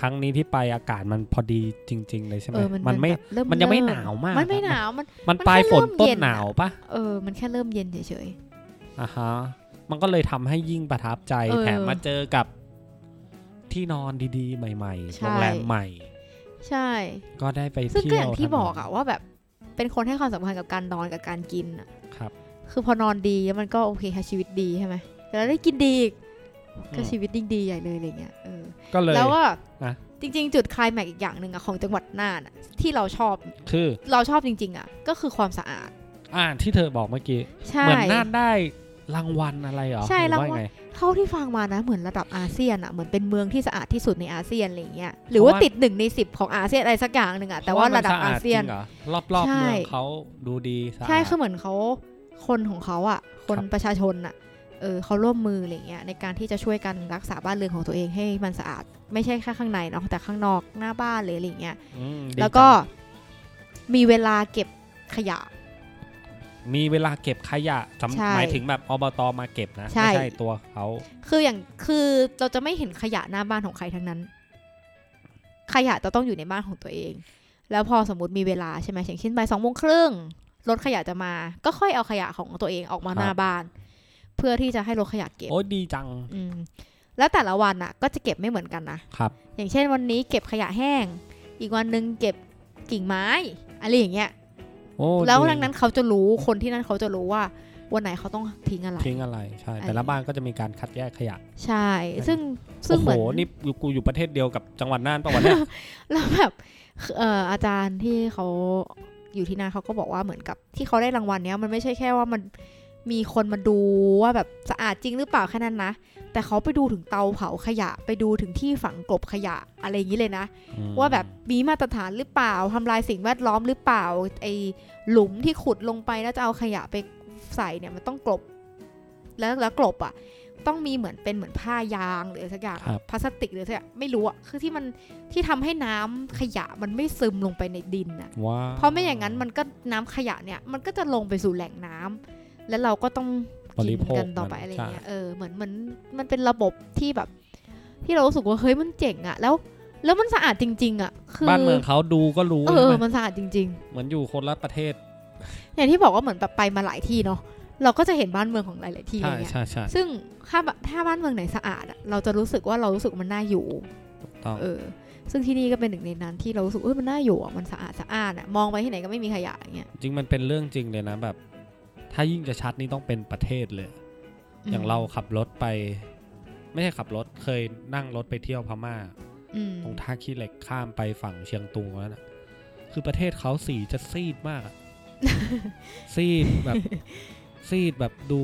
ครั้งนี้ที่ไปอากาศมันพอดีจริง ๆ เลยใช่ไหม
เออมัน
มันไม่
แบบเริ่
มันยังไม่
เริ่
หนาวมาก
มันไม่
อะ
หนาวมัน
มัน
มัน
ปลายฝน
แค่เริ่ม
ต้น
เย็นอะ
หนาวปะ
เออมันแค่เริ่มเย็นเฉย
อ่าฮะมันก็เลยทำให้ยิ่งประทับใจ
เออ
แถมมาเจอกับที่นอนดีๆ ใหม่ๆ
ใช่
โรงแรมใหม่
ๆ ใช่
ก็ได้ไป
ซึ่ง
เที่ยว
ก็อย่างที่
ทำน
บอกอะว่าแบบเป็นคนให้ความสำคัญกับการนอนกับการกินอะ
ครับ
คือพอนอนดีแล้วมันก็โอเคค่ะชีวิตดีใช่ไหมแต่แล้วได้กินดีอีกก็ชีวิตยิ่งดีใหญ่เลยอะไรเงี้ยเออ
ก็เลย
แล้วก็
นะ
จริง ๆ จุดไคลายแม็กซ์อีกอย่างหนึ่งอะของจังหวัดน่านอะที่เราชอบ
คือ
เราชอบจริง ๆอะก็คือความสะอาด
อ่าที่เธอบอกเมื่อกี้
ใช่
เหมือนน่านได้รางวัลอะไรเหรอ
ใช่
หอ
รางวัล
ไ
เท่าที่ฟังมานะเหมือนระดับอาเซียนอะเหมือนเป็นเมืองที่สะอาดที่สุดในอาเซียนอะไรอย่างเงี้ยหรือว่า
เพราะว่า
ติดหนึ่งในสิบของอาเซียนอะไรสักอย่างหนึ่งอะแต่ว่าระดับอาเซียน
รอบรอบๆ
ใช่
เมืองเขาดูดีสะอาด
ใช่คือเหมือนเขาคนของเขาอะคน
ครับ
ประชาชนอะเออเขาร่วมมืออะไรเงี้ยในการที่จะช่วยกันรักษาบ้านเรือนของตัวเองให้มันสะอาด ไม่ใช่แค่ข้างในเนาะแต่ข้างนอกหน้าบ้านเลยอะไรเงี้ย
อืมดี
แล้วก็
จั
มีเวลาเก็บขยะ
งมีเวลาเก็บขยะสำ
ใช่
หมายถึงแบบอบตมาเก็บนะ
ใช่
ไม่ใช่ตัวเขา
คืออย่างคือเราจะไม่เห็นขยะหน้าบ้านของใครทั้งนั้น ขยะจะต้องอยู่ในบ้านของตัวเอง แล้วพอสมมติมีเวลาใช่ไหมอย่างเช่นบ่ายสองโมงครึ่งรถขยะจะมา ก็ค่อยเอาขยะของตัวเองออกมา
ครับ
หน้าบ้าน เพื่อที่จะให้รถขยะเก็บ
โอ้ยดีจัง
อืมแล้วแต่ละวันน่ะ ก็จะเก็บไม่เหมือนกันนะครับ อย่างเช่นวันนี้เก็บขยะแห้ง อีกวันหนึ่งเก็บกิ่งไม้อะไรอย่างเงี้ย
โอ้
แล้ว
ดี
ดังนั้นเขาจะรู้คนที่นั่นเขาจะรู้ว่าวันไหนเขาต้องทิ้งอะไร
ทิ้งอะไรใช่
อะไร
แต่ละบ้านก็จะมีการคัดแยกขยะ
ใช่ ซึ่งซึ่ง
โอ้
เห
โห
มือน
นี่กูอยู่ประเทศเดียวกับจังหวัดน่านปะวะเนี่ย
แล้วแบบเอ่ออาจารย์ที่เขาอยู่ที่นั่นเขาก็บอกว่าเหมือนกับที่เขาได้รางวัลเนี้ยมันไม่ใช่แค่ว่ามันมีคนมาดูว่าแบบสะอาดจริงหรือเปล่าแค่นั้นนะ แต่เขาไปดูถึงเตาเผาขยะ ไปดูถึงที่ฝังกลบขยะอะไรอย่างนี้เลยนะ
อืม
ว่าแบบมีมาตรฐานหรือเปล่าทำลายสิ่งแวดล้อมหรือเปล่าไอหลุมที่ขุดลงไปแล้วจะเอาขยะไปใส่เนี่ยมันต้องกลบ แล้วแล้วกลบอ่ะ ต้องมีเหมือนเป็นเหมือนผ้ายางหรืออะไรสักอย่าง
ครับ
พลาสติกหรืออะไรสักอย่างไม่รู้อ่ะคือที่มันที่ทำให้น้ำขยะมันไม่ซึมลงไปในดินอ่ะ
ว้า
เพราะไม่อย่างนั้นมันก็น้ำขยะเนี่ย มันก็จะลงไปสู่แหล่งน้ำแล้วเราก็ต้อง
บ
กิ
ริ
น
โภค
กันต่อไป
มั
อะไร
ใช่
เงี้ยเออเหมือนเหมือนมันเป็นระบบที่แบบ ที่เรารู้สึกว่าเฮ้ยมันเจ๋งอะแล้ว แล้วมันสะอาดจริง ๆอะคือ
บ้านเมืองเขาดูก็รู้
เอ
ใช่
อ
ไหม
มันสะอาดจริง
เหมือนอยู่คนละประเทศ
ๆ อย่างที่บอกว่าเหมือนแบบไปมาหลายที่เนาะเราก็จะเห็นบ้านเมืองของหลายๆที่อะ
ใช่
ไรเงี้ย
ใช่ใช่
ซึ่งถ้าถ้าบ้านเมืองไหนสะอาดอะเราจะรู้สึกว่าเรารู้สึกมันน่าอยู่
ถูกต้อง
เออ ซึ่งที่นี่ก็เป็นหนึ่งในนั้นที่เรารู้สึกเอ้ยมันน่าอยู่อะมันสะอาดสะอาดอะมองไปที่ไหนก็ไม่มีขยะอย่างเงี้ย
จริงมันเป็นเรื่องจริงเลยนะแบบ ถ้ายิ่งจะชัดนี่ต้องเป็นประเทศเลย
ม
อย่างเราขับรถไป ไม่ใช่ขับรถเคยนั่งรถไปเที่ยวพม่า
อืม
ตรงท่าขี้เหล็กข้ามไปฝั่งเชียงตุงแล้วนะคือประเทศเขาสีจะซีดมาก อะ ซีดแบบ ซีดแบบดู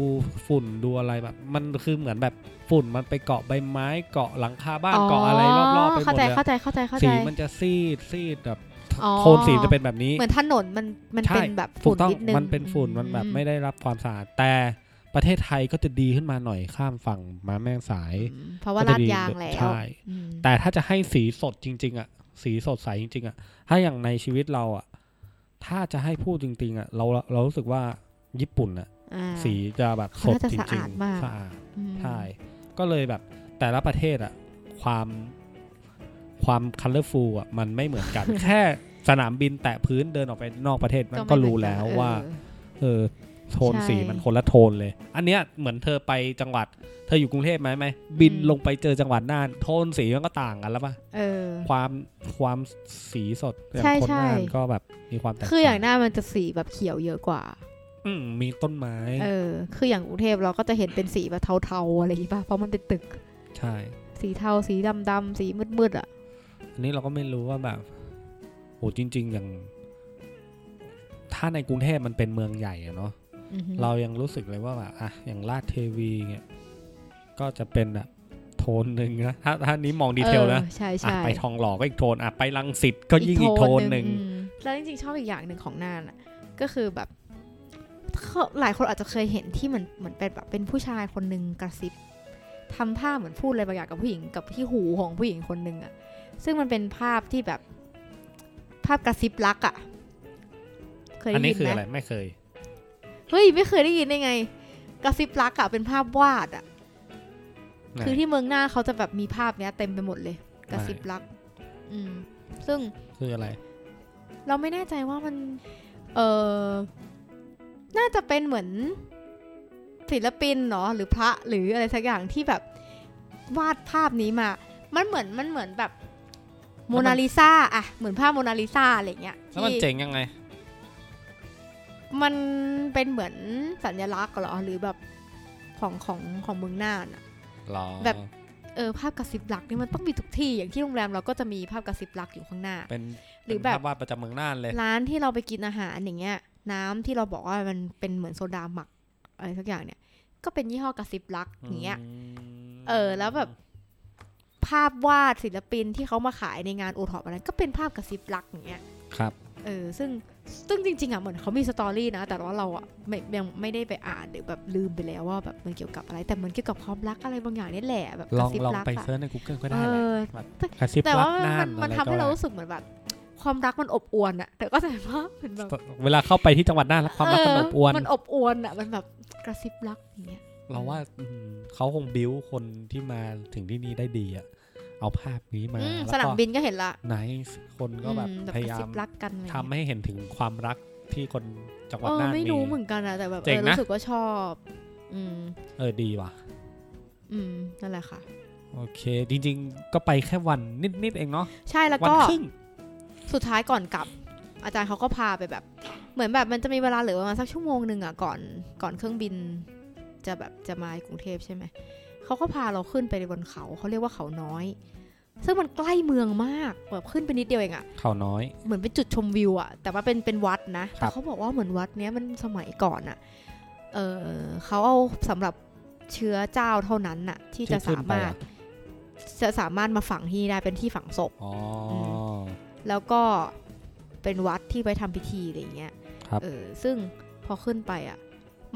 ฝุ่นดูอะไรแบบ มันคือเหมือนแบบฝุ่นมันไปเกาะใบไม้เกาะหลังคาบ้านเกาะอะไรรอบๆไปหม
เข้า
ด
ใจ
เลย
เข้าใจเข้าใจเข้าใจ
สีมันจะซีดซีดแบบ
อ๋อ
โทนสีจะเป็นแบบนี้
เหมือนถนนมันมัน
ใช่
เป็นแบบ
ถู
ฝุ่
ก
น
ต้อง
นิดนึง
มันเป็นฝุ่นมันแบบไม่ได้รับความสะอาดแต่ประเทศไทยก็จะดีขึ้นมาหน่อยข้ามฝั่งมาแม่งสาย
อืมเพราะว่าลาดยางแล้ว
ใช่
อืม
แต่ถ้าจะให้สีสดจริง ๆอะสีสดใสจริง ๆอะถ้าอย่างในชีวิตเราอะถ้าจะให้พูดจริง ๆอะเราเรารู้สึกว่าญี่ปุ่นอะ
อ่า
สีจะแบบสด
เขาน่าจะ
จ
สะ
ริ
อาง ดมาก
ๆสะอาด
อืม
ใช่ก็เลยแบบแต่ละประเทศอะความความคัลเลอร์ฟูอะมันไม่เหมือน กัน แค่สนามบินแตะพื้นเดินออกไปนอกประเทศมันก็
ไม่เหมือน
รู้แล้ว
เออ
ว่า เออโทน
ใช่
สีมันคนละโทนเลย อันเนี้ยเหมือนเธอไปจังหวัด เธออยู่กรุงเทพไหมไหมบิน
อืม
ลงไปเจอจังหวัดน่านโทนสีมันก็ต่างกันแล้วปะ
เออ
ความความสีสดอย่าง
ใช่
คน
ใช่
น่านก็แบบมีความแตกต่าง
คืออย่างหน้ามันจะสีแบบเขียวเยอะกว่า
อืมมีต้นไม้
เออ คืออย่างกรุงเทพเราก็จะเห็นเป็นสีแบบเทาๆอะไรอย่างงี้ป่ะเพราะมันเป็นตึก
ใช่
สีเทาสีดำๆสีมืดๆอ่ะ
อันนี้เราก็ไม่รู้ว่าแบบโอ้จริง ๆ อย่าง ถ้าในกรุงเทพมันเป็นเมืองใหญ่อะเนาะ
อือหือ
เรายังรู้สึกเลยว่าแบบอ่ะอย่างราชเทวีเงี้ยก็จะเป็นแบบโทนหนึ่งนะถ้าถ้านี้มองดีเทลนะ
ออใช่
อ่ะ
ใช่
ไปทองหล่อก็อีกโทนอ่ะไปรังสิตก็ยิ่งอีกโทนหนึ่ง
อืมแล้วจริงๆชอบอีกอย่างหนึ่งของน่านอ่ะก็คือแบบเขาหลายคนอาจจะเคยเห็นที่เหมือนเหมือนเป็นแบบเป็นผู้ชายคนหนึ่งกระซิบทำท่าเหมือนพูดอะไรบางอย่างกับผู้หญิงกับที่หูของผู้หญิงคนหนึ่งอ่ะ ซึ่งมันเป็นภาพที่แบบภาพกระซิบรักอ่ะ เคย
อัน
ได้
นี้
ยิน
คืออะ
ไหม
ไรไม่เคย
เฮ้ยไม่เคยได้ยินได้ไง กระซิบรักอ่ะเป็นภาพวาดอ่ะ คือที่เมืองหน้านเขาจะแบบมีภาพเนี้ยเต็มไปหมดเลย กระซิบรัก อืม ซึ่ง
คืออะไร
เราไม่แน่ใจว่ามัน เออน่าจะเป็นเหมือนศิลปินเนาะหรือพระหรืออะไรสักอย่างที่แบบวาดภาพนี้มา มันเหมือนมันเหมือนแบบโมนาลิซาอะเหมือนภาพโมนาลิซาอะไรเงี้ย
แล้วมัน
ที่
เจ๋งยังไง
มันเป็นเหมือนสัญลักษณ์เหรอหรือแบบของของของเมืองน่านอะ
หรอ
แบบ เออภาพกระซิบรักนี่มันต้องมีทุกที่อย่างที่โรงแรมเราก็จะมีภาพกระซิบรักอยู่ข้างหน้า
เป็น
หรือแบบ
เป็นภาพวาดประจำเมืองน่านเลย
ร้านที่เราไปกินอาหารอย่างเงี้ย น้ำที่เราบอกว่ามันเป็นเหมือนโซดาหมักอะไรสักอย่างเนี่ย ก็เป็นยี่ห้อกระซิบลักษ์อย่างเงี้ย เออแล้วแบบ ภาพวาดศิลปินที่เขามาขายในงานโอท็อปอะไรก็เป็นภาพกระซิบลักษ์อย่างเงี้ย
ครับ
เออซึ่งซึ่งจริงๆอ่ะเหมือนเขามีสตอรี่นะ แต่ว่าเราอ่ะไม่ยังไม่ได้ไปอ่านหรือแบบลืมไปแล้วว่าแบบมันเกี่ยวกับอะไร แต่มันเกี่ยวกับความรักอะไรบางอย่างนี่แหละแบบก
ล
ระ
อง
ซิบ
ลอง
ลัก
ไป
ษ์อะ
เซิร์ชใน Google ก็
เอ
ได้แหละ
อ
กระซิบ
แต่
รั
ว่าก
น่า
มัน นมัน
อะไ
ทำให้เรารู้สึกเหมือนแบบ ความรักมันอบอวลอะแต่ก็ แต่ว่าเหมือนแบบ
ก็เวลาเข้าไปที่จังหวัดน่านแล้วความรักมันอบอวล
เมันอบอวนอ่ะ มันแบบกระซิบรักอย่างเงี้ย
เราว่าอืมเขาคงบิ้วคนที่มาถึงที่นี่ได้ดีอะเอาภาพนี้มา
อืมส
แล้ว
นาม
ก็
บินก็เห็นละ
ไนท์คนก็แบบ
อืม
พ
ก
ยา
ระ
ยา
ซิ
ม
บรักกันอะไรเงี้ย
ทำให้เห็นถึงความรักที่คนจังหวัด
เออ
น่าน
ไม่
มี
รู้เหมือนกันอะแต่แบบ
เจ๋
เอง
นะ
อรู้สึกว่าชอบ อืม
เออดีว่ะ
อืม นั่นแหละค่ะ
โอเค จริง ๆ ก็ไปแค่วันนิด ๆ เองเนาะ
ใช่แล้ว
วัน
ก็
ครึ่ง
สุดท้ายก่อนกลับ อาจารย์เขาก็พาไปแบบ เหมือนแบบมันจะมีเวลาเหลือประมาณสักชั่วโมงหนึ่งอ่ะก่อนก่อนเครื่องบิน จะแบบจะมากรุงเทพใช่ไหม เขาก็พาเราขึ้นไปบนเขาเขาเรียกว่าเขาน้อย ซึ่งมันใกล้เมืองมากแบบขึ้นไปนิดเดียวเองอะ
เขาน้อย
เหมือนเป็นจุดชมวิวอะแต่ว่าเป็นเป็นวัดนะครับ แต่เขาบอกว่าเหมือนวัดเนี้ยมันสมัยก่อนอะเออเขาเอาสำหรับ เชื้อเจ้าเท่านั้นน่ะ ที่จะสามารถจะสามารถมาฝังที่นี่ได้เป็นที่ฝังศพ
อ๋อ
แล้วก็เป็นวัดที่ไปทำพิธีอะไรอย่างเงี้ย
ครับ
เออซึ่งพอขึ้นไปอ่ะ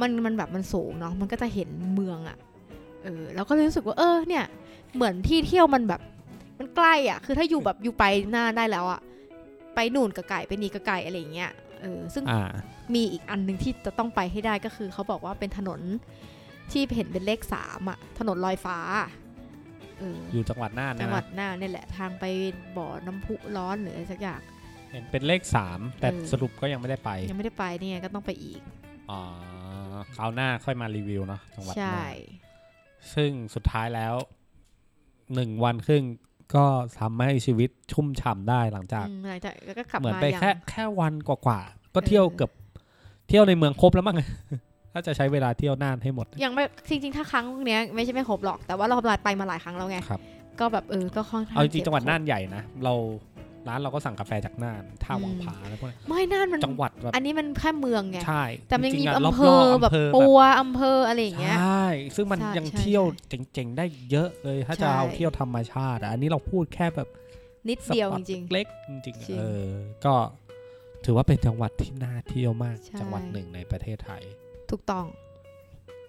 มันมันแบบมันสูงเนาะ มันก็จะเห็นเมืองอ่ะ เออ แล้วก็เลยรู้สึกว่า เออ เนี่ย เหมือนที่เที่ยวมันแบบ มันใกล้อ่ะ คือถ้าอยู่แบบอยู่ไปหน้าได้แล้วอ่ะ ไปนู่นกับไก่ไปนี่กับไก่อะไรอย่างเงี้ย เออ ซึ่ง
อ่า
มีอีกอันหนึ่งที่จะต้องไปให้ได้ก็คือเขาบอกว่าเป็นถนนที่เห็นเป็นเลขสามอ่ะ ถนนลอยฟ้าเออ
อยู่จังหวัดน่าน
จั
เนี่ย
งหวั
นะ
ดน่านเนี่ยแหละทางไปบ่อน้ำพุร้อนหรืออะไรสักอย่าง
เห็นเป็นเลขสามแต่
เออ
สรุปก็ยังไม่ได้ไป
ยังไม่ได้ไปเนี่ยก็ต้องไปอีก
อ๋อคราวหน้าค่อยมารีวิวเนาะจังหวัด
ใช่
น่านซึ่งสุดท้ายแล้วหนึ่งวันครึ่งก็ทำให้ชีวิตชุ่มฉ่ำได้หลังจาก
อืมหลังจากก็กลับ
เหมือน
มา
ไป
ยัง
แค่แค่วันกว่าๆก็
เออ
เที่ยวเกือบเที่ยวในเมืองครบแล้วมั้ง ถ้าจะใช้เวลาเที่ยวน่านให้หมด
ยังไม่จริงๆ ถ้าครั้งเนี้ยไม่ใช่ไม่ครบหรอกแต่ว่าเราไปมาหลายครั้งแล้วไง
ครับ
ก็แบบเออก็ค่อนข้าง
เอาจริงๆ
จะ
จังหวัดน่านใหญ่นะเราร้านเราก็สั่งกาแฟจากน่านท่าวังผาอะไรพวกนี้
ไม่น่านมัน
จังหวัดแบบ
อันนี้มันแค่เมืองไง
ใช่
แต่มันยัง
จริ
มี
งๆะ
อำเภ
ร
อบแบบ
ๆำเภ
ปัวอำเภออะไรอย่างเงี้ย
ใช่ซึ่งมัน
ใช่
ยัง
ใช่
เที่ยว
ใช่
เจ๋งๆได้เยอะเลย ถ้าจะ
ใช่
เอาเที่ยวธรรมชาติอะอันนี้เราพูดแค่แบบ
นิด
สปอต
เดียวจริง
เล็กจริงๆอะ
จริง
เออก็ถือว่าเป็นจังหวัดที่น่าเที่ยวมาก
ใช่
จังหวัดหนึ่งในประเทศไทย
ๆ ถูกต้อง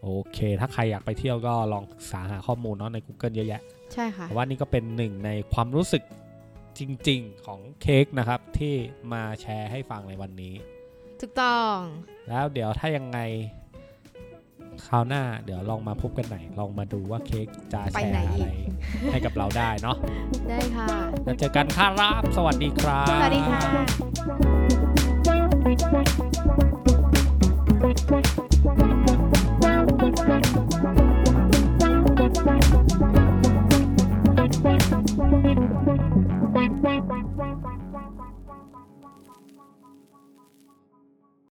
โอเค ถ้าใครอยากไปเที่ยวก็ลองศึกษาหาข้อมูลเนาะใน Google เยอะแยะ
ใช่ค่ะ
แต่ว่านี่ก็เป็นหนึ่งในความรู้สึกจริง ๆ ของเค้กนะครับ ที่มาแชร์ให้ฟังในวันนี้
ถูกต้อง
แล้วเดี๋ยวถ้ายังไงคราวหน้า เดี๋ยวลองมาพบกันใหม่ลองมาดูว่าเค้กจะแช
ไปไหน
ร์อะ
อี
ไร
ก
ให้กับเราได้เนาะ
ได้ค่ะ
แล้วเจอกันค่ะรับสวัสดีครับ
สวัสดีค่ะ